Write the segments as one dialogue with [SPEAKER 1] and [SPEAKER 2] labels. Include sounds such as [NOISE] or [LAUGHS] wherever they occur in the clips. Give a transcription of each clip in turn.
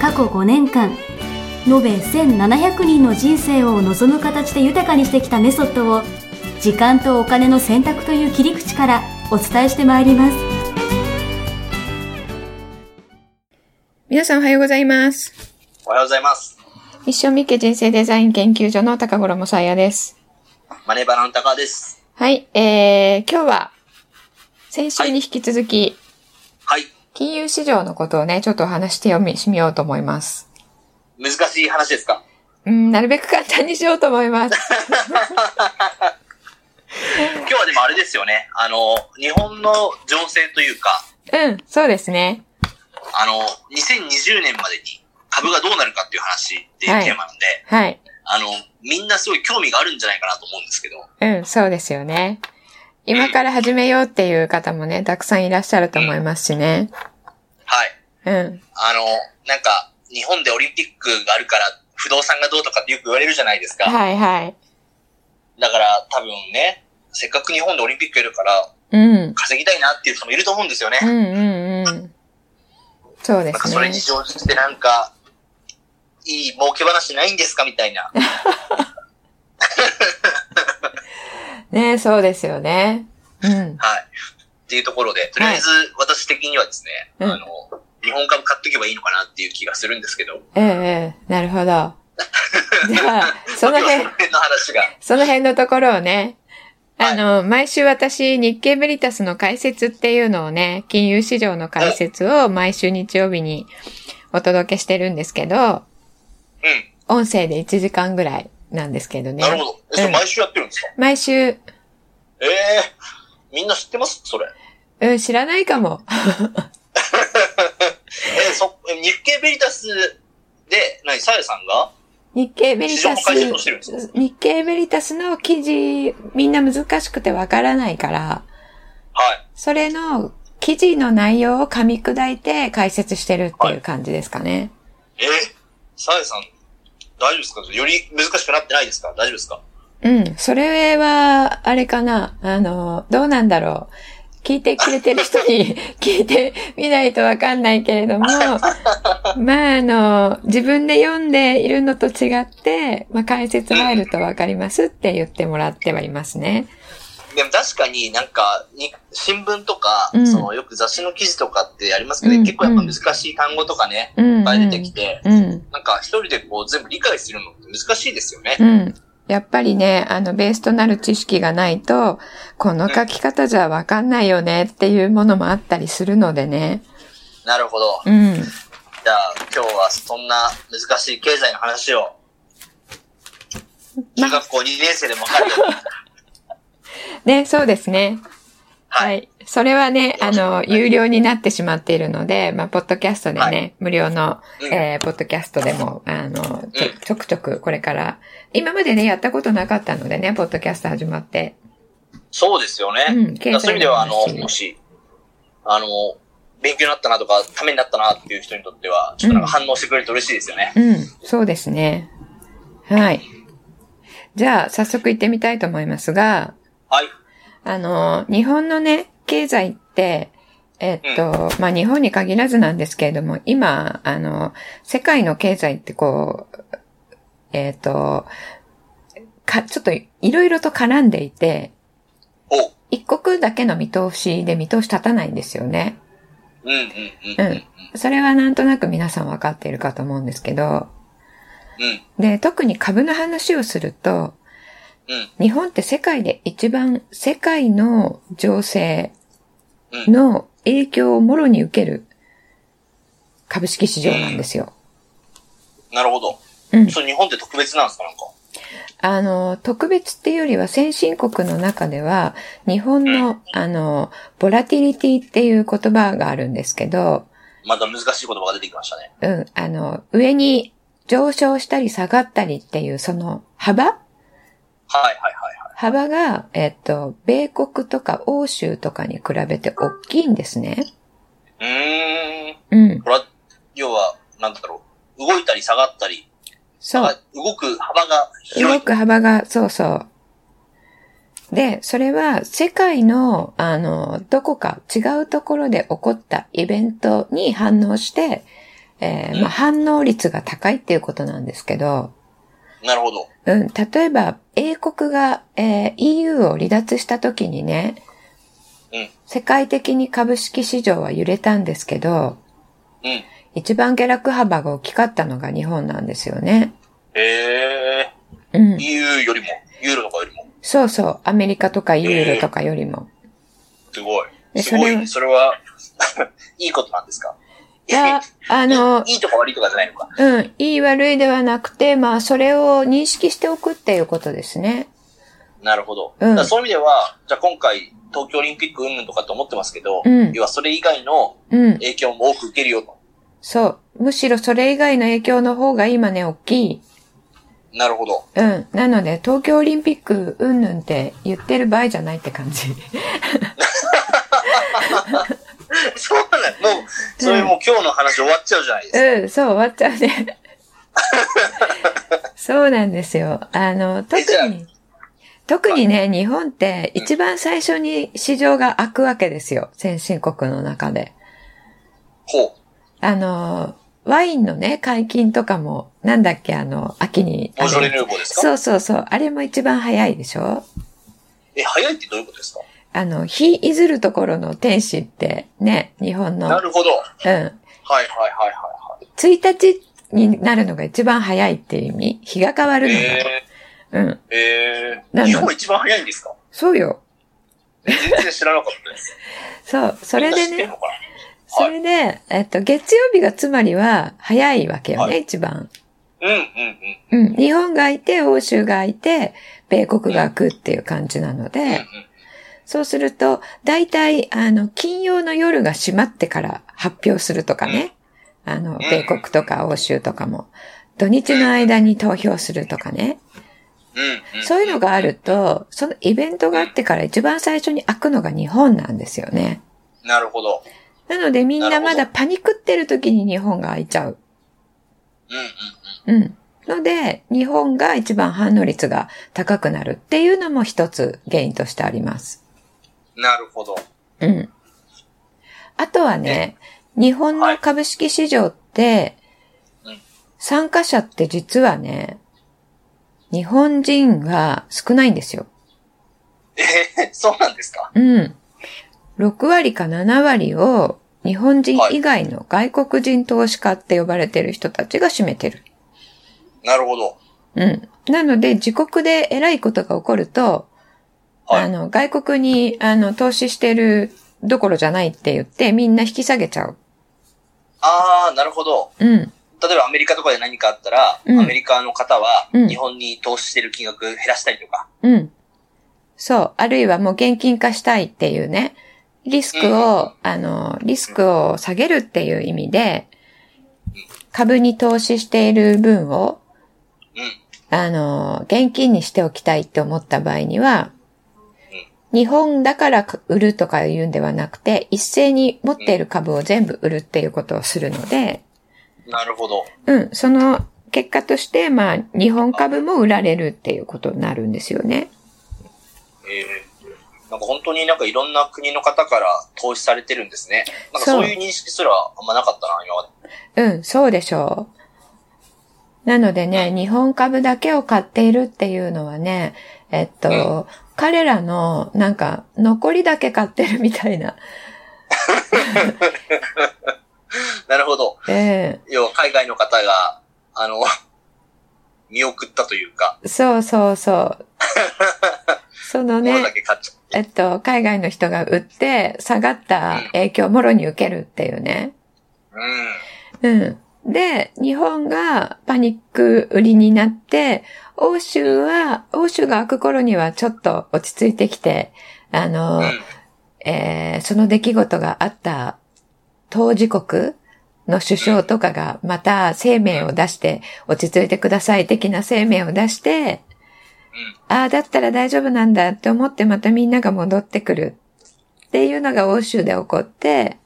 [SPEAKER 1] 過去5年間延べ1700人の人生を望む形で豊かにしてきたメソッドを時間とお金の選択という切り口からお伝えしてまいります
[SPEAKER 2] 皆さんおはようございます。
[SPEAKER 3] おはようございます。
[SPEAKER 2] 一生三家人生デザイン研究所の高頃もさやです。
[SPEAKER 3] マネバラの高です。
[SPEAKER 2] はい、えー、今日は先週に引き続き、
[SPEAKER 3] はい。
[SPEAKER 2] 金融市場のことをね、ちょっとお話してみしみようと思います。
[SPEAKER 3] 難しい話ですか
[SPEAKER 2] うん、なるべく簡単にしようと思います。 [LAUGHS]
[SPEAKER 3] 今日はでもあれですよね。あの、日本の情勢というか、
[SPEAKER 2] うん、そうですね。
[SPEAKER 3] あの、2020年までに株がどうなるかっていう話っていうテーマなんで、
[SPEAKER 2] はい。
[SPEAKER 3] あの、みんなすごい興味があるんじゃないかなと思うんですけど、
[SPEAKER 2] うん、そうですよね。今から始めようっていう方もね、たくさんいらっしゃると思いますしね。
[SPEAKER 3] はい。
[SPEAKER 2] うん、
[SPEAKER 3] あの、なんか、日本でオリンピックがあるから、不動産がどうとかってよく言われるじゃないですか。
[SPEAKER 2] はいはい。
[SPEAKER 3] だから多分ね、せっかく日本でオリンピックやるから、
[SPEAKER 2] うん、
[SPEAKER 3] 稼ぎたいなっていう人もいると思うんですよね。
[SPEAKER 2] うん、うん、うん。そうで
[SPEAKER 3] なんか
[SPEAKER 2] す
[SPEAKER 3] それ
[SPEAKER 2] ね
[SPEAKER 3] に。乗じてなんか、いい儲け話ないんですかみた
[SPEAKER 2] [LAUGHS]
[SPEAKER 3] いな。
[SPEAKER 2] ね、そうですよね。うん。
[SPEAKER 3] はい。っていうところで、とりあえず私的にはですね、
[SPEAKER 2] うん
[SPEAKER 3] あの、日本株買っとけばいいのかなっていう気がするんですけど、
[SPEAKER 2] ええええ、なるほど。
[SPEAKER 3] [LAUGHS]
[SPEAKER 2] じゃあ、その
[SPEAKER 3] 今日
[SPEAKER 2] 辺
[SPEAKER 3] はその、辺の話が。
[SPEAKER 2] その辺のところをね、
[SPEAKER 3] は
[SPEAKER 2] あ
[SPEAKER 3] い
[SPEAKER 2] の、毎週私、日経ベリタスの解説っていうのをね、金融市場の解説を毎週日曜日にお届けしてるんですけど、
[SPEAKER 3] う
[SPEAKER 2] 音声で1時間ぐらいなんですけど
[SPEAKER 3] ん。
[SPEAKER 2] ね
[SPEAKER 3] な。るほど。えそれ
[SPEAKER 2] うん
[SPEAKER 3] 毎週やってるんですか、
[SPEAKER 2] 毎週、
[SPEAKER 3] ええみんな知ってますそれ。
[SPEAKER 2] うん、知らないかも。
[SPEAKER 3] えそ、日経ベリタスで、何、さやさんが
[SPEAKER 2] 日経ベリタ
[SPEAKER 3] 市場の解説をしてるんで
[SPEAKER 2] ス、日経ベリタスの記事、みんな難しくてわからないから、
[SPEAKER 3] はい。
[SPEAKER 2] それの記事の内容を噛み砕いて解説してるっていう感じですかね。
[SPEAKER 3] えさやさん、大丈夫ですかより難しくなってないですか大丈夫ですか
[SPEAKER 2] うん。それは、あれかな。あの、どうなんだろう。聞いてくれてる人に [LAUGHS] 聞いてみないとわかんないけれども、まあ、あの、自分で読んでいるのと違って、まあ、解説入るとわかりますって言ってもらってはいますね。
[SPEAKER 3] でも確かになんかに、新聞とか、
[SPEAKER 2] うん
[SPEAKER 3] そのよく雑誌の記事とかってやりますけど、
[SPEAKER 2] うん
[SPEAKER 3] 結構やっぱ難しい単語とかね、
[SPEAKER 2] うん、
[SPEAKER 3] い
[SPEAKER 2] うん。
[SPEAKER 3] っぱい出てきて、
[SPEAKER 2] うん。
[SPEAKER 3] なんか一人でこう全部理解するのって難しいですよね。
[SPEAKER 2] うん。やっぱりね、あの、ベースとなる知識がないと、この書き方じゃわかんないよねっていうものもあったりするのでね。
[SPEAKER 3] なるほど。
[SPEAKER 2] うん。
[SPEAKER 3] じゃあ今日はそんな難しい経済の話を、
[SPEAKER 2] まあ
[SPEAKER 3] 中学校2年生でも分かるよ
[SPEAKER 2] [LAUGHS]
[SPEAKER 3] うに。
[SPEAKER 2] ね、そうですね。
[SPEAKER 3] はい。
[SPEAKER 2] い。それはね、あの、有料になってしまっているので、まあ、ポッドキャストでね、
[SPEAKER 3] は
[SPEAKER 2] 無料の、
[SPEAKER 3] うん
[SPEAKER 2] えーポッドキャストでも、あの、ちょちょくちょくこれから、今までね、やったことなかったのでね、ポッドキャスト始まって。
[SPEAKER 3] そうですよね。
[SPEAKER 2] うん
[SPEAKER 3] だからそういう意味では、あ
[SPEAKER 2] 経済の
[SPEAKER 3] の、
[SPEAKER 2] 話
[SPEAKER 3] もし、あの、勉強になったなとか、ためになったなっていう人にとっては、ちょっとなんか反応してくれると嬉しいですよね。
[SPEAKER 2] うん、そうですね。はい。じゃあ、早速行ってみたいと思いますが、
[SPEAKER 3] はい。
[SPEAKER 2] あの、日本のね、経済って、えっと、まあ、日本に限らずなんですけれども、今、あの、世界の経済ってこう、えっと、か、ちょっといろいろと絡んでいて、
[SPEAKER 3] おう。
[SPEAKER 2] 一国だけの見通しで見通し立たないんですよね。
[SPEAKER 3] うんうんうん。
[SPEAKER 2] うん。それはなんとなく皆さんわかっているかと思うんですけど、
[SPEAKER 3] うん。
[SPEAKER 2] で、特に株の話をすると、
[SPEAKER 3] うん。
[SPEAKER 2] 日本って世界で一番世界の情勢
[SPEAKER 3] うん。
[SPEAKER 2] の影響をもろに受ける株式市場なんですよ。
[SPEAKER 3] なるほど。
[SPEAKER 2] うん。
[SPEAKER 3] そう、日本って特別なんですかなんか。
[SPEAKER 2] あの、特別っていうよりは先進国の中では、日本の、あの、ボラティリティっていう言葉があるんですけど、
[SPEAKER 3] また難しい言葉が出てきましたね。
[SPEAKER 2] うん、あの、上に上昇したり下がったりっていう、その幅
[SPEAKER 3] はいはいはいはい。
[SPEAKER 2] 幅が、えっと、米国とか欧州とかに比べて大きいんですね。
[SPEAKER 3] うーん。
[SPEAKER 2] うん。
[SPEAKER 3] これは、要は、なんだろう。動いたり下がったり、
[SPEAKER 2] そう。
[SPEAKER 3] 動く幅が広
[SPEAKER 2] 動
[SPEAKER 3] い。
[SPEAKER 2] く幅が、そうそう。で、それは世界の、あの、どこか違うところで起こったイベントに反応して、えーまあ、反応率が高いっていうことなんですけど、
[SPEAKER 3] なるほど。
[SPEAKER 2] うん、例えば、英国が、えー EU を離脱した時にね、
[SPEAKER 3] うん
[SPEAKER 2] 世界的に株式市場は揺れたんですけど、
[SPEAKER 3] うん。へ
[SPEAKER 2] 一番下落幅が大きかったのが日本なんですよね。
[SPEAKER 3] え
[SPEAKER 2] うん
[SPEAKER 3] ー。。EU よりも、ユーロとかよりも、
[SPEAKER 2] そうそう。アメリカとかユーロとかよりも。
[SPEAKER 3] すごい。
[SPEAKER 2] え
[SPEAKER 3] すご
[SPEAKER 2] それ
[SPEAKER 3] い
[SPEAKER 2] は
[SPEAKER 3] ね。それは、いいことなんですか
[SPEAKER 2] いや、あの、
[SPEAKER 3] いいとか悪いとかじゃないのか。
[SPEAKER 2] うん、いい悪いではなくて、まあ、それを認識しておくっていうことですね。
[SPEAKER 3] なるほど。
[SPEAKER 2] うん
[SPEAKER 3] だからそういう意味では、じゃあ今回、東京オリンピック云々とかと思ってますけど、
[SPEAKER 2] うん
[SPEAKER 3] 要はそれ以外の
[SPEAKER 2] うん、
[SPEAKER 3] 影響も多く受けるよと。
[SPEAKER 2] そう。むしろそれ以外の影響の方が今ね、大きい。
[SPEAKER 3] なるほど。
[SPEAKER 2] うん。なので、東京オリンピック、うんぬんって言ってる場合じゃないって感じ。 [LAUGHS]
[SPEAKER 3] そうなんだ。もう、それもう今日の話終わっちゃうじゃないですか。
[SPEAKER 2] うん、そう、終わっちゃうね。そうなんですよ。あの、特
[SPEAKER 3] えじゃあ
[SPEAKER 2] に、特にね、日本って一番最初に市場が開くわけですよ。先進国の中で。
[SPEAKER 3] ほ
[SPEAKER 2] あの、ワインのね、解禁とかも、なんだっけ、あの、秋に。
[SPEAKER 3] う。ボジョレ・ヌーボーですか
[SPEAKER 2] そうそうそう。あれも一番早いでしょ
[SPEAKER 3] え、早いってどういうことですか
[SPEAKER 2] あの、日いずるところの天使ってね、日本の。
[SPEAKER 3] なるほど。はい
[SPEAKER 2] うん。
[SPEAKER 3] はいはいはいは
[SPEAKER 2] 1日になるのが一番早いっていう意味。日が変わる
[SPEAKER 3] い。
[SPEAKER 2] のが。
[SPEAKER 3] え
[SPEAKER 2] うん。
[SPEAKER 3] ー、え
[SPEAKER 2] なんだ
[SPEAKER 3] ー、日本一番早いんですか
[SPEAKER 2] そうよ。
[SPEAKER 3] 全然知らなかったです。
[SPEAKER 2] そう。 [LAUGHS] それ
[SPEAKER 3] みんな
[SPEAKER 2] で
[SPEAKER 3] 知ってん
[SPEAKER 2] ね、
[SPEAKER 3] のかな
[SPEAKER 2] それで、えっと、月曜日がつまりは早いわけよね、一番。
[SPEAKER 3] うんうん
[SPEAKER 2] うん。日本がいて、欧州がいて、米国が空くっていう感じなので、
[SPEAKER 3] うん。うん
[SPEAKER 2] そうすると、大体、あの、金曜の夜が閉まってから発表するとかね。あの、米国とか欧州とかも。土日の間に投票するとかね。
[SPEAKER 3] うん。うんうん。
[SPEAKER 2] そういうのがあると、そのイベントがあってから一番最初に開くのが日本なんですよね。
[SPEAKER 3] なるほど。
[SPEAKER 2] なのでみん
[SPEAKER 3] な
[SPEAKER 2] な
[SPEAKER 3] るほ
[SPEAKER 2] ま
[SPEAKER 3] ど
[SPEAKER 2] だパニックってる時に日本が開いちゃう。
[SPEAKER 3] うんうん。
[SPEAKER 2] うん。ので、日本が一番反応率が高くなるっていうのも一つ原因としてあります。
[SPEAKER 3] なるほど。
[SPEAKER 2] うん。あとはね、日本の株式市場って、
[SPEAKER 3] はいうん
[SPEAKER 2] 参加者って実はね、日本人が少ないんですよ。
[SPEAKER 3] えー、そうなんですか
[SPEAKER 2] うん。6割か7割を日本人以外の外国人投資家って呼ばれてる人たちが占めてる。
[SPEAKER 3] なるほど。
[SPEAKER 2] うん。なので、自国で偉いことが起こると、
[SPEAKER 3] はい
[SPEAKER 2] あの、外国に、あの、投資してるどころじゃないって言って、みんな引き下げちゃう。
[SPEAKER 3] ああ、なるほど。
[SPEAKER 2] うん。
[SPEAKER 3] 例えばアメリカとかで何かあったら、
[SPEAKER 2] うん
[SPEAKER 3] アメリカの方は
[SPEAKER 2] うん
[SPEAKER 3] 日本に投資してる金額減らしたりとか。
[SPEAKER 2] うん。そう。あるいはもう現金化したいっていうね。リスクを、あの、リスクを下げるっていう意味で、株に投資している分を、
[SPEAKER 3] うん。
[SPEAKER 2] あの、現金にしておきたいって思った場合には
[SPEAKER 3] うん、
[SPEAKER 2] 日本だから売るとか言うんではなくて、一斉に持っている株を全部売るっていうことをするので、
[SPEAKER 3] なるほど。
[SPEAKER 2] うん、その結果として、まあ、日本株も売られるっていうことになるんですよね。
[SPEAKER 3] えー、なんか本当になんかいろんな国の方から投資されてるんですね。なんか
[SPEAKER 2] そう
[SPEAKER 3] そういう認識すらあんまなかったな、今まで。
[SPEAKER 2] うん、そうでしょう。なのでね、日本株だけを買っているっていうのはね、えっと、彼らの、なんか、残りだけ買ってるみたいな。
[SPEAKER 3] なるほど。
[SPEAKER 2] え
[SPEAKER 3] 要は海外の方が、あの、 [LAUGHS] 見送ったというか、
[SPEAKER 2] えそうそうそう。その
[SPEAKER 3] 物だ
[SPEAKER 2] ね、
[SPEAKER 3] け買っちゃって。
[SPEAKER 2] えっと、海外の人が売って、下がった影響をもろに受けるっていうね。
[SPEAKER 3] うん。
[SPEAKER 2] うん。で、日本がパニック売りになって、欧州は、欧州が開く頃にはちょっと落ち着いてきて、あの、
[SPEAKER 3] うん。
[SPEAKER 2] えーその出来事があった当事国の首相とかがまた生命を出して、落ち着いてください的な生命を出して、ああ、だったら大丈夫なんだって思ってまたみんなが戻ってくるっていうのが欧州で起こって、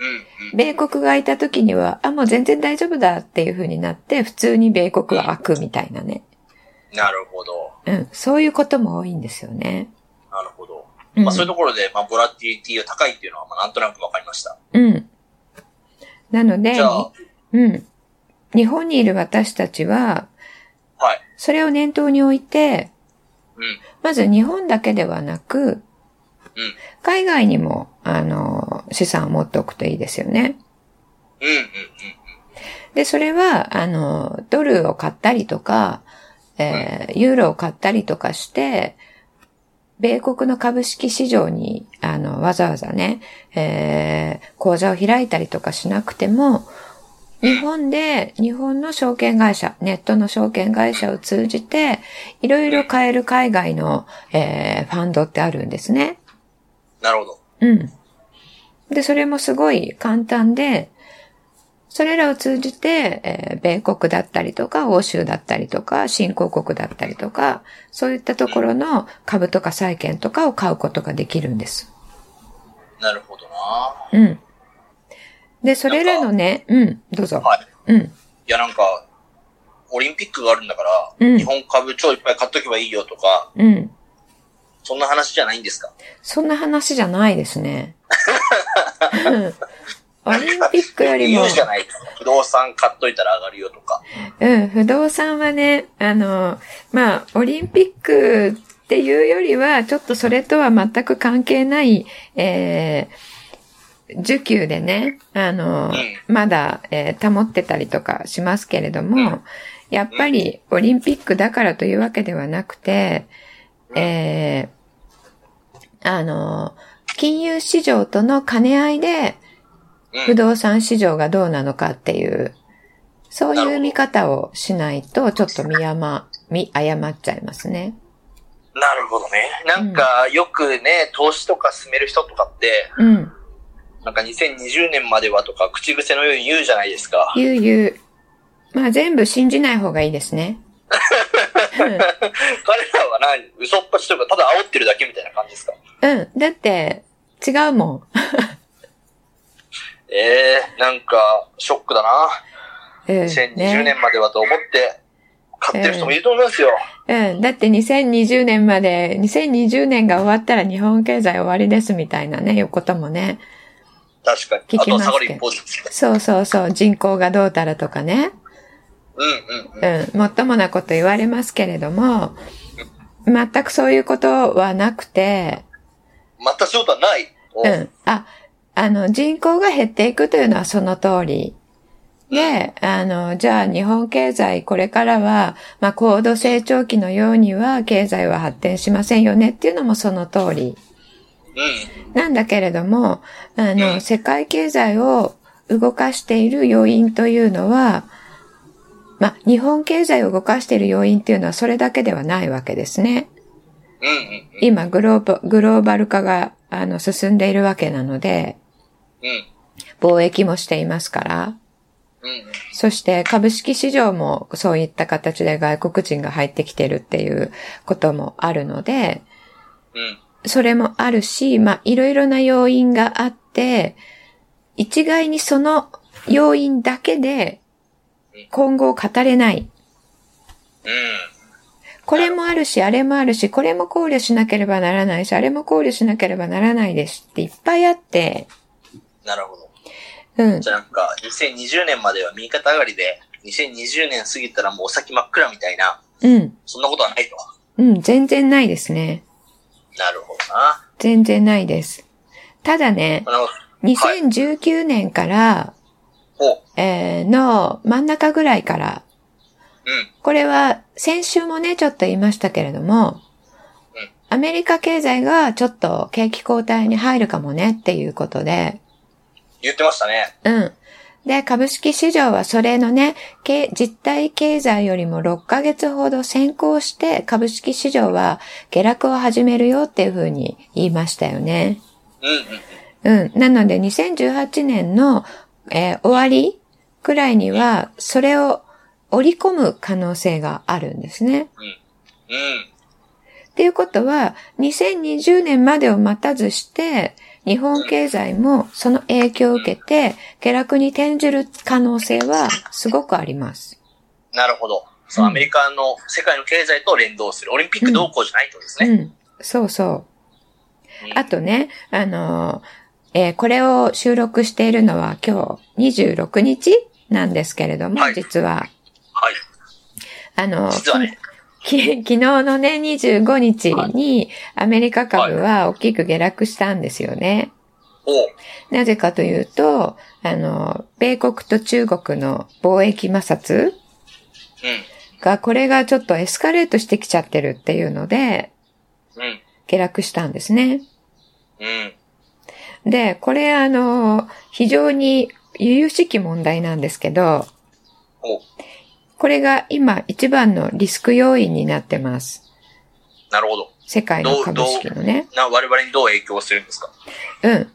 [SPEAKER 3] うん、うん、
[SPEAKER 2] 米国がいた時には、あ、もう全然大丈夫だっていう風になって、普通に米国は開くみたいなね。
[SPEAKER 3] なるほど。
[SPEAKER 2] うん、そういうことも多いんですよね。
[SPEAKER 3] なるほど。
[SPEAKER 2] うん
[SPEAKER 3] まあそういうところで、まあボラティリティが高いっていうのは、まあなんとなくわかりました。
[SPEAKER 2] うん。なので
[SPEAKER 3] じゃあ、、
[SPEAKER 2] うん。日本にいる私たちは、
[SPEAKER 3] はい
[SPEAKER 2] それを念頭に置いて、
[SPEAKER 3] うん
[SPEAKER 2] まず日本だけではなく、
[SPEAKER 3] うん
[SPEAKER 2] 海外にも、あの、資産を持っておくといいですよね。
[SPEAKER 3] うん、うん、うん。
[SPEAKER 2] で、それは、あの、ドルを買ったりとか、えーユーロを買ったりとかして、米国の株式市場に、あの、わざわざね、えー口座を開いたりとかしなくても、日本で、日本の証券会社、ネットの証券会社を通じて、いろいろ買える海外の、えーファンドってあるんですね。
[SPEAKER 3] なるほど。
[SPEAKER 2] うん。で、それもすごい簡単で、それらを通じて、えー米国だったりとか、欧州だったりとか、新興国だったりとか、そういったところの株とか債券とかを買うことができるんです。
[SPEAKER 3] なるほどな。は
[SPEAKER 2] うん。で、それらのね、うん、どうぞ。
[SPEAKER 3] い。
[SPEAKER 2] うん、
[SPEAKER 3] いや、なんか、オリンピックがあるんだから、
[SPEAKER 2] うん
[SPEAKER 3] 日本株超いっぱい買っとけばいいよとか、
[SPEAKER 2] うん。
[SPEAKER 3] そんな話じゃないんですか
[SPEAKER 2] そんな話じゃないですね。うんオリンピックよりも
[SPEAKER 3] 言う、じゃないですか。不動産買っといたら上がるよとか。
[SPEAKER 2] うん、不動産はね、あの、まあ、オリンピックっていうよりは、ちょっとそれとは全く関係ない、えー、受給でね、あの、
[SPEAKER 3] う
[SPEAKER 2] まだ、えー保ってたりとかしますけれども、
[SPEAKER 3] うん
[SPEAKER 2] やっぱりオリンピックだからというわけではなくて、えー、あの、金融市場との兼ね合いで、
[SPEAKER 3] うん。
[SPEAKER 2] 不動産市場がどうなのかっていう、そういう見方をしないと、ちょっと見誤、見誤っちゃいますね。
[SPEAKER 3] なるほどね。なんか、よくね、投資とか進める人とかって、
[SPEAKER 2] うん。
[SPEAKER 3] なんか2020年まではとか、口癖のように言うじゃないですか。
[SPEAKER 2] ゆうゆう。まあ全部信じない方がいいです [LAUGHS] ね。
[SPEAKER 3] 彼らは何、嘘っぱちというか、ただ煽ってるだけみたいな感じですか。
[SPEAKER 2] うん。だって、違うもん。
[SPEAKER 3] ええなんか、ショックだな。
[SPEAKER 2] うん。
[SPEAKER 3] 2020年まではと思って、買ってる人もいると思いますよ。
[SPEAKER 2] ね。うん。だって2020年まで、2020年が終わったら日本経済終わりですみたいなね、いうこともね。
[SPEAKER 3] 確かに。
[SPEAKER 2] 聞
[SPEAKER 3] あ
[SPEAKER 2] き
[SPEAKER 3] と
[SPEAKER 2] ますけど
[SPEAKER 3] は下がる一方です。
[SPEAKER 2] そうそうそう、人口がどうたらとかね。
[SPEAKER 3] うんうんうん。
[SPEAKER 2] うん、もっともなこと言われますけれども、全くそういうことはなくて、
[SPEAKER 3] 全く仕事はない。お
[SPEAKER 2] うん。あ、あの、人口が減っていくというのはその通り。で、あの、じゃあ日本経済これからは、まあ、高度成長期のようには経済は発展しませんよねっていうのもその通り。
[SPEAKER 3] うん。
[SPEAKER 2] なんだけれども、あ
[SPEAKER 3] う
[SPEAKER 2] の、
[SPEAKER 3] ん
[SPEAKER 2] 世界経済を動かしている要因というのは、まあ、日本経済を動かしている要因っていうのはそれだけではないわけですね。
[SPEAKER 3] うんうんうん。
[SPEAKER 2] 今、グローバグローバル化が、あの、進んでいるわけなので、
[SPEAKER 3] うん。
[SPEAKER 2] 貿易もしていますから、
[SPEAKER 3] うんうん。
[SPEAKER 2] そして株式市場もそういった形で外国人が入ってきてるっていうこともあるので、
[SPEAKER 3] うん。
[SPEAKER 2] それもあるし、まあ、いろいろな要因があって、一概にその要因だけで今後を語れない。
[SPEAKER 3] うん。
[SPEAKER 2] これもあるし、あれもあるし、これも考慮しなければならないし、あれも考慮しなければならないですっていっぱいあって、
[SPEAKER 3] なるほど。
[SPEAKER 2] うん
[SPEAKER 3] じ。ゃあなんか、2020年までは右肩上がりで、2020年過ぎたらもうお先真っ暗みたいな、
[SPEAKER 2] うん。
[SPEAKER 3] そんなことはないと。
[SPEAKER 2] うん。全然ないですね。
[SPEAKER 3] なるほどな。
[SPEAKER 2] 全然ないです。ただね、
[SPEAKER 3] なるほど。
[SPEAKER 2] 2019年から、
[SPEAKER 3] おう。
[SPEAKER 2] えーの真ん中ぐらいから、
[SPEAKER 3] うん。
[SPEAKER 2] これは先週もね、ちょっと言いましたけれども
[SPEAKER 3] うん、
[SPEAKER 2] アメリカ経済がちょっと景気後退に入るかもねっていうことで、
[SPEAKER 3] 言ってましたね。
[SPEAKER 2] うん。で、株式市場はそれのね、け実体経済よりも6ヶ月ほど先行して株式市場は下落を始めるよっていうふうに言いましたよね。
[SPEAKER 3] うんう
[SPEAKER 2] う
[SPEAKER 3] ん。
[SPEAKER 2] ん。なので、2018年のえー終わりくらいには、それを織り込む可能性があるんですね。
[SPEAKER 3] うん。
[SPEAKER 2] っていうことは、2020年までを待たずして、日本経済もその影響を受けて、下落に転じる可能性はすごくあります。
[SPEAKER 3] なるほど。そう、
[SPEAKER 2] うん
[SPEAKER 3] アメリカの、世界の経済と連動する。オリンピック動向じゃないってことです
[SPEAKER 2] う
[SPEAKER 3] ね。
[SPEAKER 2] ん。そうそう。
[SPEAKER 3] うん
[SPEAKER 2] あとね、あのーえーこれを収録しているのは今日26日なんですけれども、
[SPEAKER 3] はい
[SPEAKER 2] 実は、
[SPEAKER 3] はい。
[SPEAKER 2] あのー
[SPEAKER 3] 実はね。
[SPEAKER 2] きき昨日のね、25日にアメリカ株は大きく下落したんですよね。
[SPEAKER 3] おう
[SPEAKER 2] なぜかというと、あのー、米国と中国の貿易摩擦
[SPEAKER 3] う
[SPEAKER 2] が、これがちょっとエスカレートしてきちゃってるっていうので、
[SPEAKER 3] ん。うん。
[SPEAKER 2] 下落したんですね。
[SPEAKER 3] うん。
[SPEAKER 2] で、これあの、非常に由々しき問題なんですけど、
[SPEAKER 3] おう
[SPEAKER 2] これが今一番のリスク要因になってます。
[SPEAKER 3] なるほど。
[SPEAKER 2] 世界の株式のね。
[SPEAKER 3] な、我々にどう影響するんですか
[SPEAKER 2] うん。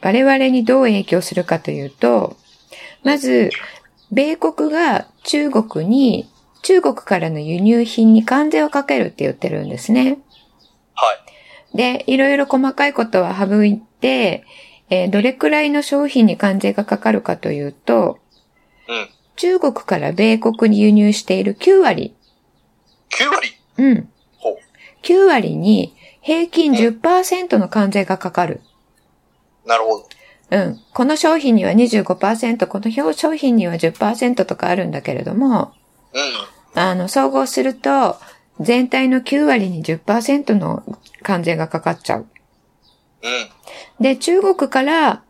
[SPEAKER 2] 我々にどう影響するかというと、まず、米国が中国に、中国からの輸入品に関税をかけるって言ってるんですね。
[SPEAKER 3] はい。
[SPEAKER 2] で、いろいろ細かいことは省いて、えーどれくらいの商品に関税がかかるかというと、
[SPEAKER 3] うん。
[SPEAKER 2] 中国から米国に輸入している9割。
[SPEAKER 3] 9割
[SPEAKER 2] うん。
[SPEAKER 3] ほう。
[SPEAKER 2] 9割に平均10%の関税がかかる。
[SPEAKER 3] なるほど。
[SPEAKER 2] うん。この商品には25%、この商品には10%とかあるんだけれども、
[SPEAKER 3] う
[SPEAKER 2] あの、総合すると、全体の9割に10%の関税がかかっちゃう。
[SPEAKER 3] ん。うん。
[SPEAKER 2] で、中国から、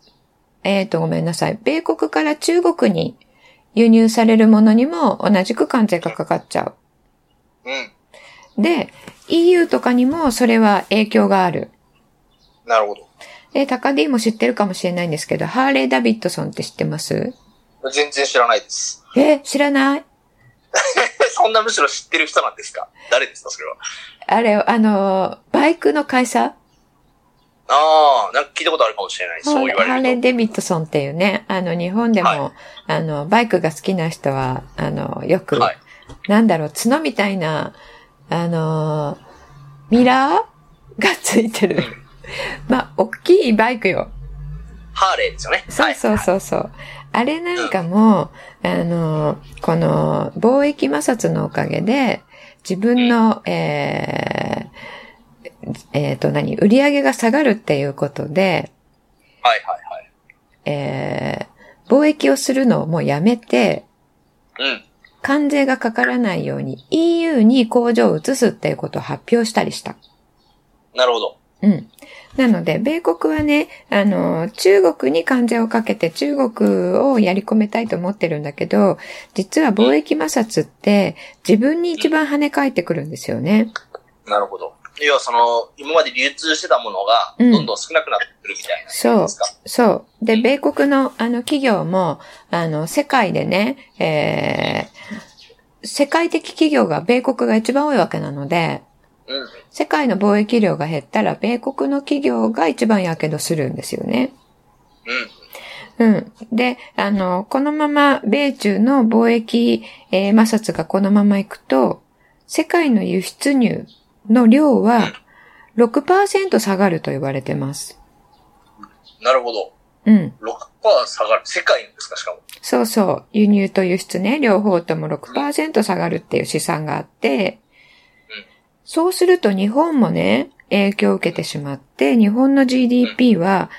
[SPEAKER 2] えっ、と、ごめんなさい。米国から中国に輸入されるものにも同じく関税がかかっちゃう。
[SPEAKER 3] うん。
[SPEAKER 2] で、EU とかにもそれは影響がある。
[SPEAKER 3] なるほど。
[SPEAKER 2] で、高 D も知ってるかもしれないんですけど、ハーレー・ダビッドソンって知ってます
[SPEAKER 3] 全然知らないです。 [LAUGHS]
[SPEAKER 2] え、知らない
[SPEAKER 3] そんなむしろ知ってる人なんですか誰ですかそれは。
[SPEAKER 2] あれ、あの、バイクの会社
[SPEAKER 3] ああ、なんか聞いたことあるかもしれない。そう言わ
[SPEAKER 2] ハーレ
[SPEAKER 3] れ
[SPEAKER 2] ー・
[SPEAKER 3] る
[SPEAKER 2] デビッドソンっていうね、あの、日本でも、
[SPEAKER 3] は
[SPEAKER 2] あの、バイクが好きな人は、あの、よ
[SPEAKER 3] と。
[SPEAKER 2] く、
[SPEAKER 3] はい。
[SPEAKER 2] なんだろう、角みたいな、あの、ミラーがついてる。 [LAUGHS] まあ、大きいバイクよ。
[SPEAKER 3] ハーレーですよね。
[SPEAKER 2] そうそうそうそう。あれなんかも、あの、この貿易摩擦のおかげで、自分の、えーえっ、と何、売り上げが下がるっていうことで、
[SPEAKER 3] はいはいはい
[SPEAKER 2] えー貿易をするのをもうやめて、
[SPEAKER 3] はい。うん。
[SPEAKER 2] 関税がかからないように EU に工場を移すっていうことを発表したりした。
[SPEAKER 3] なるほど。
[SPEAKER 2] うん。なので、米国はね、あの、中国に関税をかけて中国をやり込めたいと思ってるんだけど、実は貿易摩擦って自分に一番跳ね返ってくるんですよね。
[SPEAKER 3] なるほど。要はその、今まで流通してたものが、
[SPEAKER 2] うん
[SPEAKER 3] どんどん少なくなってくるみたいな。
[SPEAKER 2] そう
[SPEAKER 3] ですか。
[SPEAKER 2] そう。で、米国のあの企業も、あの、世界でね、えー、世界的企業が米国が一番多いわけなので、
[SPEAKER 3] うん。
[SPEAKER 2] 世界の貿易量が減ったら、米国の企業が一番やけどするんですよね。
[SPEAKER 3] うん。
[SPEAKER 2] うん。で、あの、このまま米中の貿易、えー摩擦がこのままいくと、世界の輸出入の量は6%下がると言われてます。
[SPEAKER 3] なるほど。
[SPEAKER 2] うん。
[SPEAKER 3] 6%下がる。世界ですかしかも。
[SPEAKER 2] そうそう。輸入と輸出ね、両方とも6%下がるっていう試算があって
[SPEAKER 3] うん、
[SPEAKER 2] そうすると日本もね、影響を受けてしまって、日本の GDP は、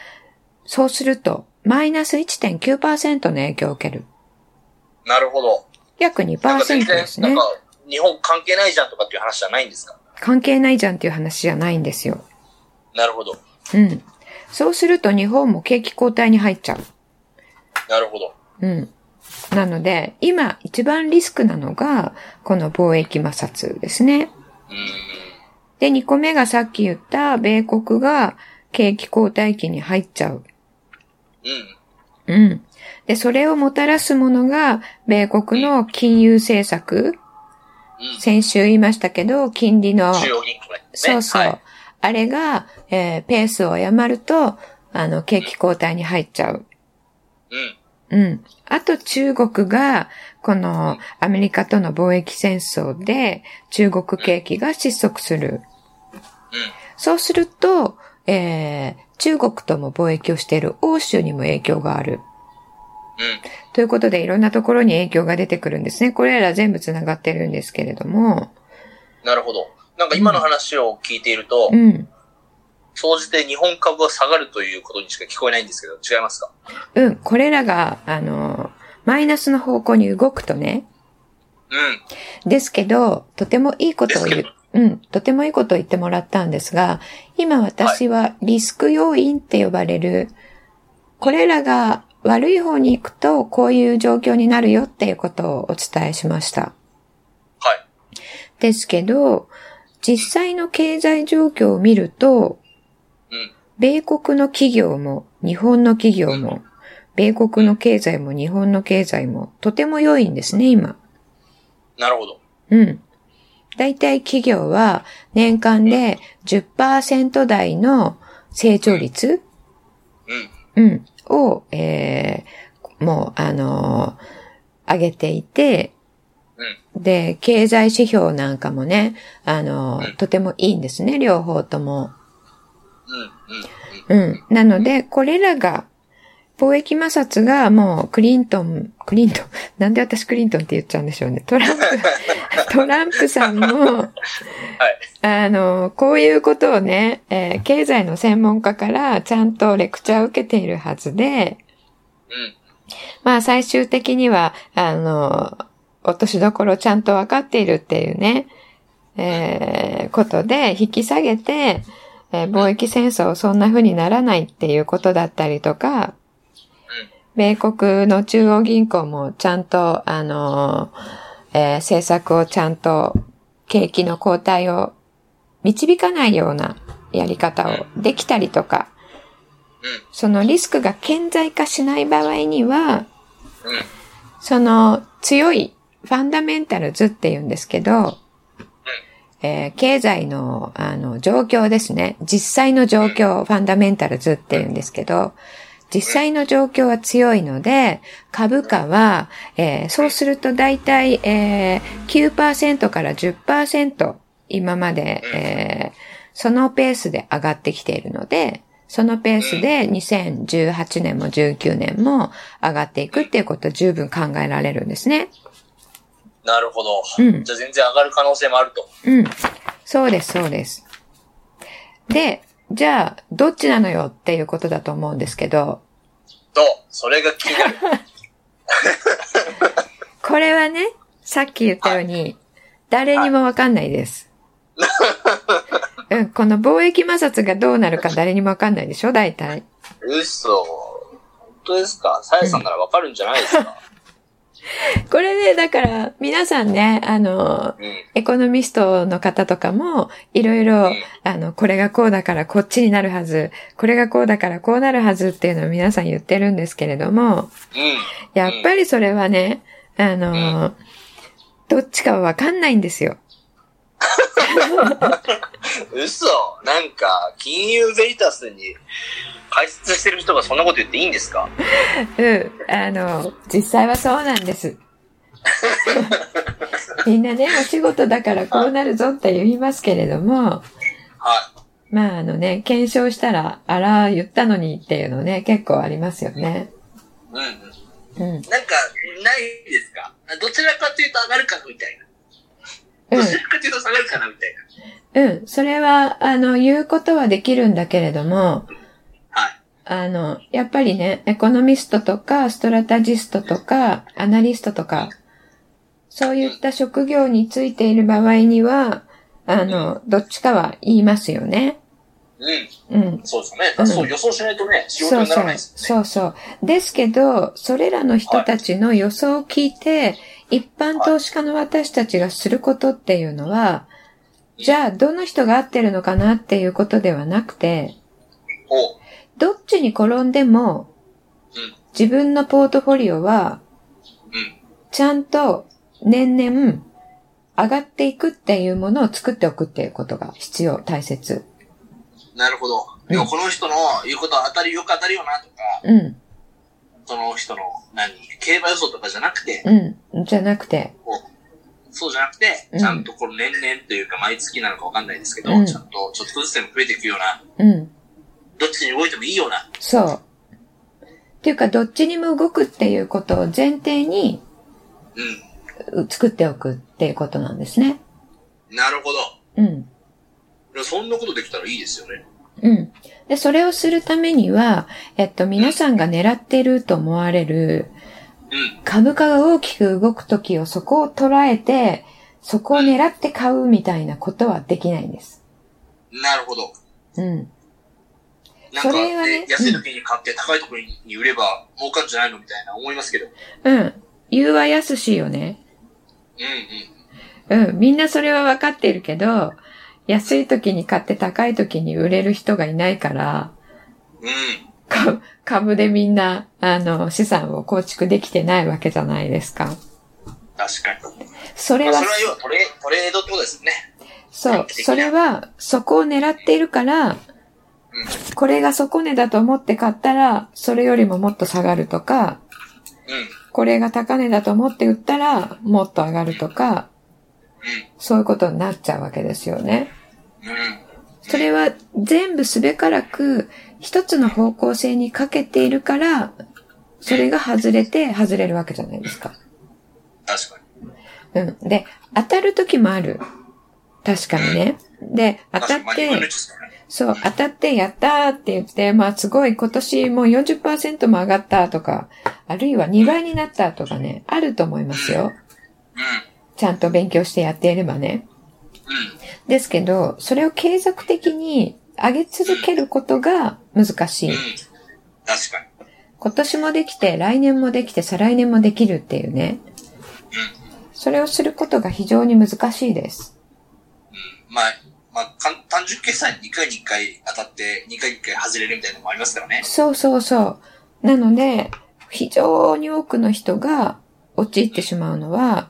[SPEAKER 2] そうすると、マイナス1.9%の影響を受ける。
[SPEAKER 3] なるほど。
[SPEAKER 2] 約
[SPEAKER 3] なんか全
[SPEAKER 2] 2%
[SPEAKER 3] 然、
[SPEAKER 2] です
[SPEAKER 3] なん
[SPEAKER 2] ね
[SPEAKER 3] か。、日本関係ないじゃんとかっていう話じゃないんですか
[SPEAKER 2] 関係ないじゃんっていう話じゃないんですよ。
[SPEAKER 3] なるほど。
[SPEAKER 2] うん。そうすると日本も景気後退に入っちゃ
[SPEAKER 3] なるほど。
[SPEAKER 2] う。うん。なので、今一番リスクなのが、この貿易摩擦ですね。
[SPEAKER 3] うん。
[SPEAKER 2] で、2個目がさっき言った、米国が景気後退期に入っちゃう。
[SPEAKER 3] うん。
[SPEAKER 2] うん。で、それをもたらすものが、米国の金融政策。
[SPEAKER 3] うん。
[SPEAKER 2] 先週言いましたけど、金利の
[SPEAKER 3] 中央銀行ですね。
[SPEAKER 2] そうそう。
[SPEAKER 3] はい
[SPEAKER 2] あれが、えーペースを誤ると、あの、景気後退に入っちゃう。
[SPEAKER 3] ううん。
[SPEAKER 2] うん。あと中国が、このアメリカとの貿易戦争で中国景気が失速する。そうすると、えー中国とも貿易をしている欧州にも影響がある。
[SPEAKER 3] うん。うん。
[SPEAKER 2] ということで、いろんなところに影響が出てくるんですね。これら全部つながってるんですけれども。
[SPEAKER 3] なるほど。なんか今の話を聞いていると
[SPEAKER 2] う、ん。
[SPEAKER 3] 総じて日本株は下がるということにしか聞こえないんですけど、違いますか
[SPEAKER 2] うん。これらが、あの、マイナスの方向に動くとね。
[SPEAKER 3] うん。
[SPEAKER 2] ですけど、とてもいいことを言
[SPEAKER 3] ですけ
[SPEAKER 2] う
[SPEAKER 3] ど。
[SPEAKER 2] うん。とてもいいことを言ってもらったんですが、今私はリスク要因って呼ばれる、これらが悪い方に行くと、こういう状況になるよっていうことをお伝えしました。
[SPEAKER 3] はい。
[SPEAKER 2] ですけど、実際の経済状況を見ると、
[SPEAKER 3] うん
[SPEAKER 2] 米国の企業も、日本の企業も、米国の経済も日本の経済も、とても良いんですね、今。
[SPEAKER 3] なるほど。
[SPEAKER 2] うん。大体企業は年間で10%台の成長率、
[SPEAKER 3] うん。
[SPEAKER 2] うん、を、えーもう、あのー上げていて、で、経済指標なんかもね、あのー
[SPEAKER 3] うん
[SPEAKER 2] とてもいいんですね、両方とも。
[SPEAKER 3] うん。うん。
[SPEAKER 2] うん。なので、これらが、貿易摩擦がもうクリントン、クリント [LAUGHS] ン、なんで私クリントンって言っちゃうんでしょうね。トランプ、トランプさんも、あの、こういうことをね、えー経済の専門家からちゃんとレクチャーを受けているはずで、
[SPEAKER 3] うん。
[SPEAKER 2] まあ最終的には、あの、落としどころをちゃんと分かっているっていうね、えーことで引き下げて、えー貿易戦争そんな風にならないっていうことだったりとか、米国の中央銀行もちゃんと、あの、えー政策をちゃんと景気の後退を導かないようなやり方をできたりとか、
[SPEAKER 3] う
[SPEAKER 2] そのリスクが顕在化しない場合には、
[SPEAKER 3] ん。うん。
[SPEAKER 2] その強いファンダメンタルズって言うんですけど、えー経済のあの状況ですね。実際の状況をファンダメンタルズって言うんですけど、実際の状況は強いので、株価は、えーそうすると大体、えー、9%から10%今まで、えーそのペースで上がってきているので、そのペースで2018年も19年も上がっていくっていうことは十分考えられるんですね。
[SPEAKER 3] なるほど。
[SPEAKER 2] うん
[SPEAKER 3] じゃあ全然上がる可能性もあると。
[SPEAKER 2] うん。そうです、そうです。で、じゃあ、どっちなのよっていうことだと思うんですけど、
[SPEAKER 3] と、それが気に
[SPEAKER 2] [LAUGHS]
[SPEAKER 3] なる。
[SPEAKER 2] これはね、さっき言ったように、誰にもわかんないです。うん、この貿易摩擦がどうなるか誰にもわかんないでしょ、大体。
[SPEAKER 3] 嘘。本当ですかさやさんならわかるんじゃないで
[SPEAKER 2] [LAUGHS]
[SPEAKER 3] すか
[SPEAKER 2] これね、だから、皆さんね、あの、
[SPEAKER 3] うん。
[SPEAKER 2] エコノミストの方とかも、いろいろ、あの、これがこうだからこっちになるはず、これがこうだからこうなるはずっていうのを皆さん言ってるんですけれども、
[SPEAKER 3] うん。
[SPEAKER 2] やっぱりそれはね、あのー、どっちかはわかんないんですよ。
[SPEAKER 3] 嘘なんか、金融ベリタスに解説してる人がそんなこと言っていいんですか
[SPEAKER 2] うん。あの、実際はそうなん [LAUGHS] です。みんなね、お仕事だからこうなるぞって言いますけれども、
[SPEAKER 3] はい。
[SPEAKER 2] まああのね、検証したら、あら、言ったのにっていうのね、結構ありますよね。
[SPEAKER 3] うんうん。
[SPEAKER 2] うん。
[SPEAKER 3] なんか、ないですかどちらかというと上がるかみたいな。
[SPEAKER 2] う
[SPEAKER 3] ど
[SPEAKER 2] ん
[SPEAKER 3] ち。らかというと下がるかなみたいな。
[SPEAKER 2] うん。それは、あの、言うことはできるんだけれども、
[SPEAKER 3] はい。
[SPEAKER 2] あの、やっぱりね、エコノミストとか、ストラタジストとか、アナリストとか、そういった職業についている場合には、あの、どっちかは言いますよね。
[SPEAKER 3] うん。
[SPEAKER 2] うん。
[SPEAKER 3] そうですよね。
[SPEAKER 2] うん
[SPEAKER 3] そう、予想しないとね、仕事
[SPEAKER 2] そう
[SPEAKER 3] にな
[SPEAKER 2] そ
[SPEAKER 3] ら
[SPEAKER 2] う
[SPEAKER 3] ない。ですよね。
[SPEAKER 2] そうそう。ですけど、それらの人たちの予想を聞いて、一般投資家の私たちがすることっていうのは、じゃあ、どの人が合ってるのかなっていうことではなくて、
[SPEAKER 3] おう
[SPEAKER 2] どっちに転んでも、
[SPEAKER 3] うん
[SPEAKER 2] 自分のポートフォリオは、
[SPEAKER 3] うん
[SPEAKER 2] ちゃんと年々上がっていくっていうものを作っておくっていうことが必要、大切。
[SPEAKER 3] なるほど。でもこの人の言うことは当たり、よく当たるよなとか、
[SPEAKER 2] うん。
[SPEAKER 3] その、の人の、何、競馬予想とかじゃなくて、
[SPEAKER 2] うん。じゃなくて。
[SPEAKER 3] そうじゃなくて
[SPEAKER 2] う、ん
[SPEAKER 3] ちゃんとこの年々というか毎月なのかわかんないですけど、
[SPEAKER 2] うん
[SPEAKER 3] ちゃんとちょっとずつでも増えていくような、
[SPEAKER 2] うん。
[SPEAKER 3] どっちに動いてもいいような、
[SPEAKER 2] そう。っていうか、どっちにも動くっていうことを前提に
[SPEAKER 3] う
[SPEAKER 2] う作っておくっていうことなんですね。
[SPEAKER 3] ん、なるほど。
[SPEAKER 2] うん。
[SPEAKER 3] でもそんなことできたらいいですよね。
[SPEAKER 2] うん。で、それをするためには、えっと、皆さんが狙ってると思われる
[SPEAKER 3] うん、
[SPEAKER 2] 株価が大きく動くときをそこを捉えて、そこを狙って買うみたいなことはできないんです。
[SPEAKER 3] なるほど。
[SPEAKER 2] うん。
[SPEAKER 3] なんか、
[SPEAKER 2] それはね
[SPEAKER 3] ね、安い時に買って高いところに売れば儲かるんじゃないのみたいな思いますけど。うん、
[SPEAKER 2] うん。言うは安しよね。
[SPEAKER 3] う
[SPEAKER 2] うん。みんなそれは分かっているけど、安い時に買って高い時に売れる人がいないから、
[SPEAKER 3] ん、うん。
[SPEAKER 2] か株でみんな、あの、資産を構築できてないわけじゃないですか。
[SPEAKER 3] 確かに。
[SPEAKER 2] それ
[SPEAKER 3] まあ、
[SPEAKER 2] は
[SPEAKER 3] それ、は要はトレトレードってことですね。
[SPEAKER 2] そう、それは、そこを狙っているから、これが底値だと思って買ったら、それよりももっと下がるとか、
[SPEAKER 3] うん、うん、うん。
[SPEAKER 2] これが高値だと思って売ったら、もっと上がるとか、そういうことになっちゃうわけですよね。
[SPEAKER 3] うん。
[SPEAKER 2] それは全部すべからく、一つの方向性にかけているから、それが外れて、外れるわけじゃないですか。
[SPEAKER 3] 確かに。
[SPEAKER 2] うん。で、当たる時もある。確かにね。で、当た
[SPEAKER 3] 確か
[SPEAKER 2] っ
[SPEAKER 3] に。まあ、
[SPEAKER 2] て
[SPEAKER 3] 二分、の一ですからね。
[SPEAKER 2] そう、当たってやったーって言って、まあすごい今年もう40%も上がったとか、あるいは2倍になったとかね、あると思いますよ。ちゃんと勉強してやっていればね。
[SPEAKER 3] うん、うん。
[SPEAKER 2] ですけど、それを継続的に上げ続けることが難しい。
[SPEAKER 3] うん。確かに。
[SPEAKER 2] 今年もできて、来年もできて、再来年もできるっていうね。それをすることが非常に難しいです。
[SPEAKER 3] うん。まあ、まあ、かん単純決済に2回に1回当たって、2回に1回外れるみたいなのもありますからね。
[SPEAKER 2] そうそうそう。なので、非常に多くの人が陥ってしまうのは、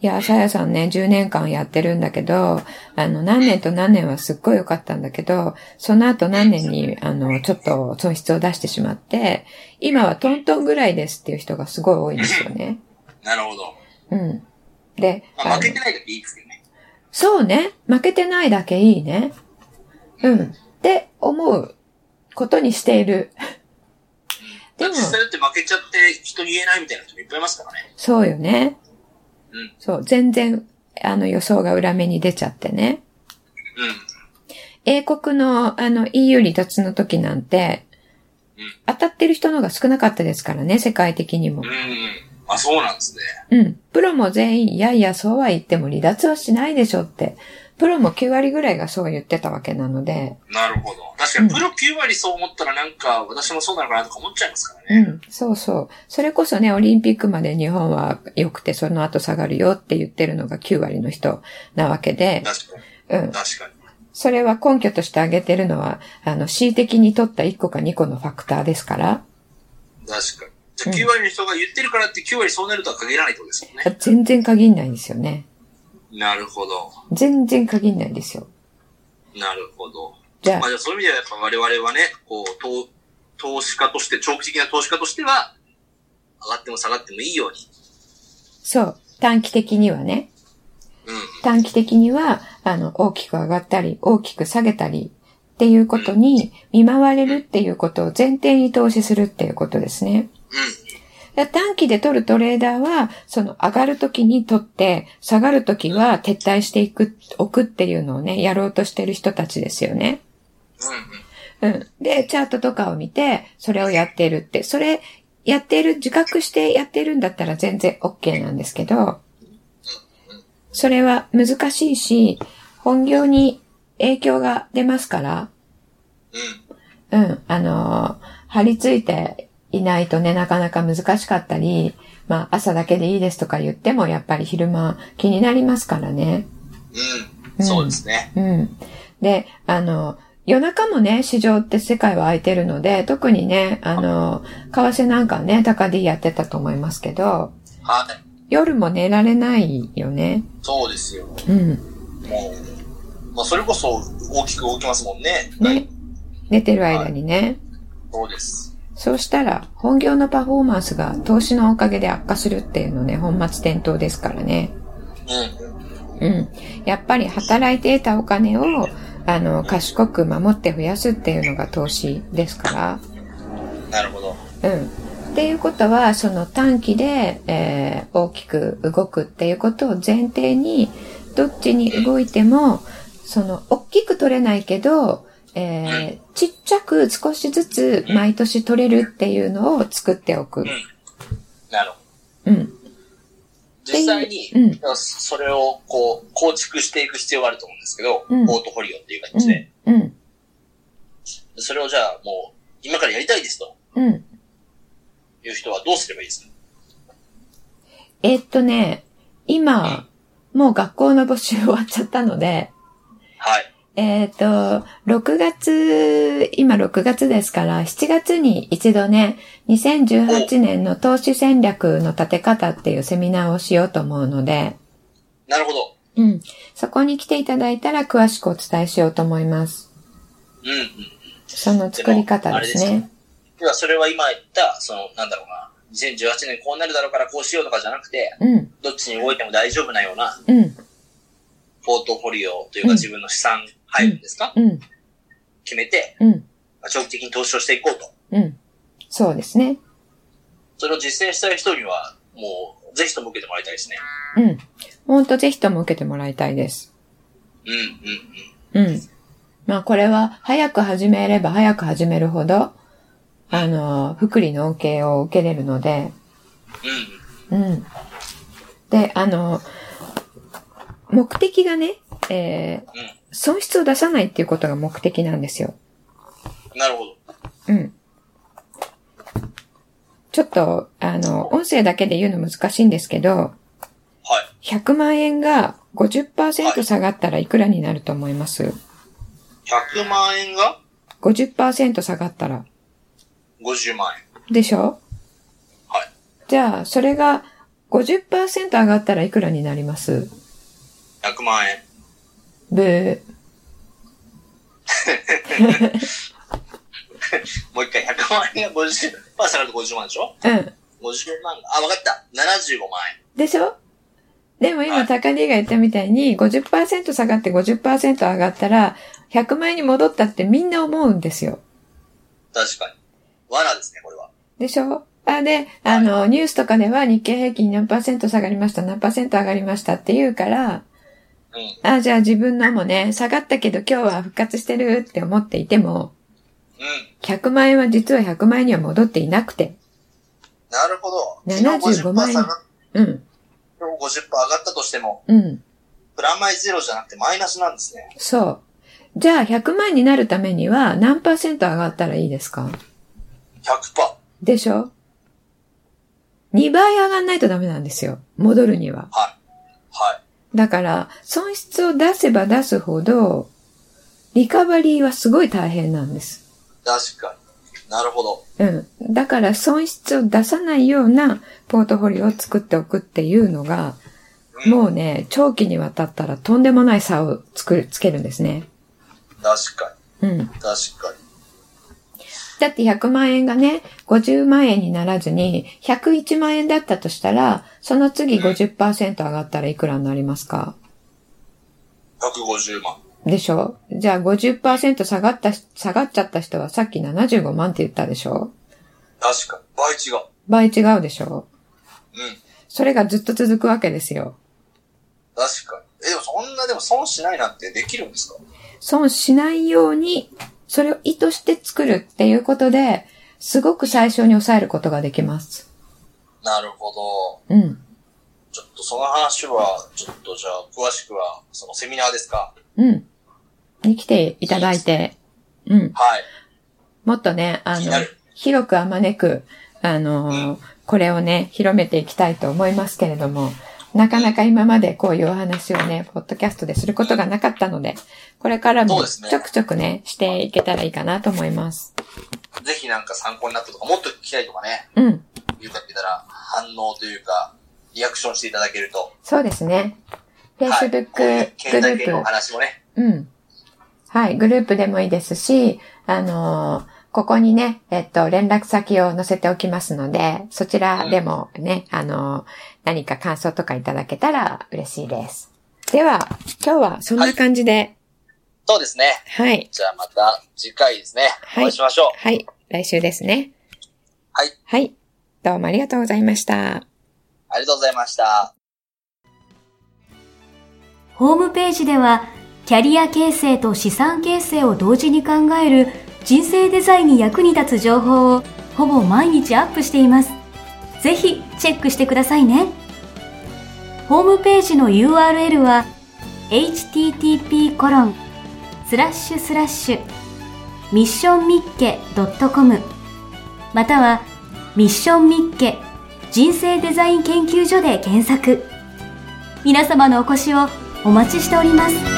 [SPEAKER 2] いや、さやさんね、10年間やってるんだけど、あの、何年と何年はすっごい良かったんだけど、その後何年に、あの、ちょっと損失を出してしまって、今はトントンぐらいですっていう人がすごい多いんですよね。
[SPEAKER 3] なるほど。
[SPEAKER 2] うん。で、
[SPEAKER 3] まあ、
[SPEAKER 2] あ
[SPEAKER 3] 負
[SPEAKER 2] の
[SPEAKER 3] けてないだけいいですけどね。
[SPEAKER 2] そうね。負けてないだけいいね。うん。って思うことにしている。でも
[SPEAKER 3] 実際だって負けちゃって人に言えないみたいな人もいっぱいいますからね。
[SPEAKER 2] そうよね。
[SPEAKER 3] うん
[SPEAKER 2] そう。全然、あの予想が裏目に出ちゃってね。
[SPEAKER 3] う
[SPEAKER 2] 英国のあの EU 離脱の時なんて
[SPEAKER 3] うん、
[SPEAKER 2] 当たってる人の方が少なかったですからね、世界的にも
[SPEAKER 3] ん。。うん。あ、そうなんですね。
[SPEAKER 2] うん。プロも全員、いやいや、そうは言っても離脱はしないでしょって。プロも9割ぐらいがそう言ってたわけなので。
[SPEAKER 3] なるほど。確かに、プロ9割そう思ったらなんか、私もそうなのかなとか思っちゃいますからね。
[SPEAKER 2] うん、そうそう。それこそね、オリンピックまで日本は良くて、その後下がるよって言ってるのが9割の人なわけで、
[SPEAKER 3] 確かに。
[SPEAKER 2] うん。
[SPEAKER 3] 確かに。
[SPEAKER 2] それは根拠として挙げてるのは、あの、恣意的に取った1個か2個のファクターですから、
[SPEAKER 3] 確かに。じ
[SPEAKER 2] う
[SPEAKER 3] ゃあ
[SPEAKER 2] ん
[SPEAKER 3] 9割の人が言ってるからって9割そうなるとは限らないってことですよね。
[SPEAKER 2] 全然限んないんですよね。
[SPEAKER 3] なるほど。
[SPEAKER 2] 全然限んないですよ。
[SPEAKER 3] なるほど。
[SPEAKER 2] じゃ
[SPEAKER 3] まあ、じゃあそういう意味ではやっぱ我々はね、こう、投投資家として、長期的な投資家としては、上がっても下がってもいいように。
[SPEAKER 2] そう。短期的にはね、
[SPEAKER 3] うん。
[SPEAKER 2] 短期的には、あの、大きく上がったり、大きく下げたり、っていうことに見舞われるっていうことを前提に投資するっていうことですね。だから短期で取るトレーダーは、その上がる時に取って、下がる時は撤退していく、置くっていうのをね、やろうとしてる人たちですよね。
[SPEAKER 3] うん。うん。
[SPEAKER 2] うん。で、チャートとかを見て、それをやっているって、それ、やっている、自覚してやっているんだったら全然 OK なんですけど、それは難しいし、本業に影響が出ますから、
[SPEAKER 3] うん。
[SPEAKER 2] うん、あのー張り付いていないとね、なかなか難しかったり、まあ、朝だけでいいですとか言っても、やっぱり昼間気になりますからね。う
[SPEAKER 3] うん。
[SPEAKER 2] ん
[SPEAKER 3] そうですね。
[SPEAKER 2] うん。で、あの夜中もね、市場って世界は空いてるので、特にね、あの為替なんかはね、高 D やってたと思いますけど、
[SPEAKER 3] はい。
[SPEAKER 2] 夜も寝られないよね。
[SPEAKER 3] そうですよ。
[SPEAKER 2] うん。
[SPEAKER 3] もう、まあ、それこそ大きく動きますもんね。
[SPEAKER 2] ね。寝てる間にね。
[SPEAKER 3] そうです。
[SPEAKER 2] そうしたら、本業のパフォーマンスが投資のおかげで悪化するっていうのね、本末転倒ですからね。
[SPEAKER 3] うん。
[SPEAKER 2] うん。やっぱり働いて得たお金を、あの、賢く守って増やすっていうのが投資ですから。
[SPEAKER 3] なるほど。
[SPEAKER 2] うん。っていうことは、その短期で、えー大きく動くっていうことを前提に、どっちに動いても、その、大きく取れないけど、えーちっちゃく少しずつ毎年取れるっていうのを作っておく。
[SPEAKER 3] なるほど。
[SPEAKER 2] うん。
[SPEAKER 3] 実際に、
[SPEAKER 2] うん
[SPEAKER 3] だからそれをこう、構築していく必要があると思うんですけど、
[SPEAKER 2] うん
[SPEAKER 3] ポートフォリオっていう
[SPEAKER 2] う
[SPEAKER 3] 感じで、
[SPEAKER 2] ん。うん。
[SPEAKER 3] それをじゃあもう、今からやりたいですと
[SPEAKER 2] うん。
[SPEAKER 3] いう人はどうすればいいですか
[SPEAKER 2] えーっとね、今、もう学校の募集終わっちゃったので、
[SPEAKER 3] はい。
[SPEAKER 2] えっ、と、6月、今6月ですから、7月に一度ね、2018年の投資戦略の立て方っていうセミナーをしようと思うので、
[SPEAKER 3] なるほど。
[SPEAKER 2] うん。そこに来ていただいたら詳しくお伝えしようと思います。
[SPEAKER 3] うんうん。
[SPEAKER 2] その作り方です
[SPEAKER 3] でもあれ
[SPEAKER 2] ね。
[SPEAKER 3] では、それは今言った、その、なんだろうな、2018年こうなるだろうからこうしようとかじゃなくて、
[SPEAKER 2] うん、
[SPEAKER 3] どっちに動いても大丈夫なような、
[SPEAKER 2] うん、
[SPEAKER 3] ポートフォリオという
[SPEAKER 2] うん
[SPEAKER 3] か自分の資産配分ですか、
[SPEAKER 2] うん、
[SPEAKER 3] 決めて、
[SPEAKER 2] うん、
[SPEAKER 3] まあ長期的に投資をしていこうと。
[SPEAKER 2] うん。そうですね。
[SPEAKER 3] それを実践したい人には、もう、ぜひとも受けてもらいたいですね。
[SPEAKER 2] うん。ほんとぜひとも受けてもらいたいです。
[SPEAKER 3] うんうん
[SPEAKER 2] うん。まあこれは早く始めれば早く始めるほど、あの、福利の恩恵を受けれるので、
[SPEAKER 3] うん。うん
[SPEAKER 2] うん。で、あの、目的がね、えー
[SPEAKER 3] うん
[SPEAKER 2] 損失を出さないっていうことが目的なんですよ。
[SPEAKER 3] うん。なるほど。
[SPEAKER 2] うん。ちょっと、あの、音声だけで言うの難しいんですけど、
[SPEAKER 3] はい。
[SPEAKER 2] 100万円が50%下がったらいくらになると思います
[SPEAKER 3] 100万円が
[SPEAKER 2] ?50% 下がったら。
[SPEAKER 3] 50万円。
[SPEAKER 2] でしょ
[SPEAKER 3] はい。
[SPEAKER 2] じゃあ、それが50%上がったらいくらになります
[SPEAKER 3] 100万円。
[SPEAKER 2] ブー。
[SPEAKER 3] もう一回、100万円が50、まあ下がると50万でしょ
[SPEAKER 2] うん。
[SPEAKER 3] ?50 万が、あ、わかった。75万円。
[SPEAKER 2] でしょでも
[SPEAKER 3] は
[SPEAKER 2] 今、
[SPEAKER 3] い
[SPEAKER 2] 高利が言ったみたいに、50%下がって50%上がったら、100万円に戻ったってみんな思うんですよ。
[SPEAKER 3] 確かに。罠ですね、これは。
[SPEAKER 2] でしょあ、で、あの、ニュースとかでは日経平均何パーセント下がりました、何パーセント上がりましたって言うから、
[SPEAKER 3] うん。
[SPEAKER 2] あ、じゃあ自分のもね、下がったけど今日は復活してるって思っていても、
[SPEAKER 3] うん。
[SPEAKER 2] 100万円は実は100万円には戻っていなくて、
[SPEAKER 3] なるほど。
[SPEAKER 2] 75万円
[SPEAKER 3] 昨日50%下がっ
[SPEAKER 2] うん、
[SPEAKER 3] 今日50%上がったとしても、
[SPEAKER 2] うん、
[SPEAKER 3] プラマイゼロじゃなくてマイナスなんですね。
[SPEAKER 2] そう。じゃあ100万円になるためには何パーセント上がったらいいですか
[SPEAKER 3] 100%。
[SPEAKER 2] でしょ ?2 倍上がんないとダメなんですよ。戻るには。
[SPEAKER 3] はい。
[SPEAKER 2] だから、損失を出せば出すほど、リカバリーはすごい大変なんです。
[SPEAKER 3] 確かに。なるほど。
[SPEAKER 2] うん。だから、損失を出さないようなポートフォリオを作っておくっていうのが、
[SPEAKER 3] うん、
[SPEAKER 2] もうね、長期にわたったらとんでもない差を作る、つけるんですね。
[SPEAKER 3] 確か
[SPEAKER 2] うん。
[SPEAKER 3] に。確かに。
[SPEAKER 2] だって100万円がね、50万円にならずに、101万円だったとしたら、その次50%上がったらいくらになりますか
[SPEAKER 3] 150万。
[SPEAKER 2] でしょじゃあ50%下がったし、下がっちゃった人はさっき75万って言ったでしょ
[SPEAKER 3] 確かに。倍違う。
[SPEAKER 2] 倍違うでしょ
[SPEAKER 3] うん。
[SPEAKER 2] それがずっと続くわけですよ。
[SPEAKER 3] 確かに。え、でもそんなでも損しないなんてできるんですか
[SPEAKER 2] 損しないように、それを意図して作るっていうことで、すごく最小に抑えることができます。
[SPEAKER 3] なるほど。
[SPEAKER 2] うん。
[SPEAKER 3] ちょっとその話は、ちょっとじゃあ、詳しくは、そのセミナーですか
[SPEAKER 2] うん。に来ていただいて、うん。
[SPEAKER 3] はい。
[SPEAKER 2] もっとね、あ
[SPEAKER 3] 気
[SPEAKER 2] の
[SPEAKER 3] になる、
[SPEAKER 2] 広くあまねく、あのー、これをね、広めていきたいと思いますけれども、なかなか今までこういうお話をね、ポッドキャストですることがなかったので、これから
[SPEAKER 3] そう
[SPEAKER 2] も
[SPEAKER 3] ですね
[SPEAKER 2] ちょくちょくね、していけたらいいかなと思います。
[SPEAKER 3] ぜひなんか参考になったとか、もっと聞きたいとかね、
[SPEAKER 2] うん。
[SPEAKER 3] いう方いたら、反応というか、リアクションしていただけると。
[SPEAKER 2] そうですね。
[SPEAKER 3] はい。
[SPEAKER 2] Facebook
[SPEAKER 3] こういう
[SPEAKER 2] グ
[SPEAKER 3] 県
[SPEAKER 2] ル
[SPEAKER 3] 内系のお
[SPEAKER 2] ープ。
[SPEAKER 3] 話もね。
[SPEAKER 2] うん。はい、グループでもいいですし、あのーここにね、えっと、連絡先を載せておきますので、そちらでもね、あの、何か感想とかいただけたら嬉しいです。では、今日はそんな感じで、
[SPEAKER 4] そうですね。
[SPEAKER 2] はい、
[SPEAKER 4] じゃあまた次回ですね。
[SPEAKER 2] はい
[SPEAKER 4] お会いしましょう。
[SPEAKER 2] はい、来週ですね。
[SPEAKER 4] はい。
[SPEAKER 2] はい。どうもありがとうございました。
[SPEAKER 4] ありがとうございました。
[SPEAKER 1] ホームページでは、キャリア形成と資産形成を同時に考える人生デザインに役に立つ情報をほぼ毎日アップしています。ぜひチェックしてくださいね。ホームページの URL は http://missionmitke.com またはミッションミッケ人生デザイン研究所で検索。皆様のお越しをお待ちしております。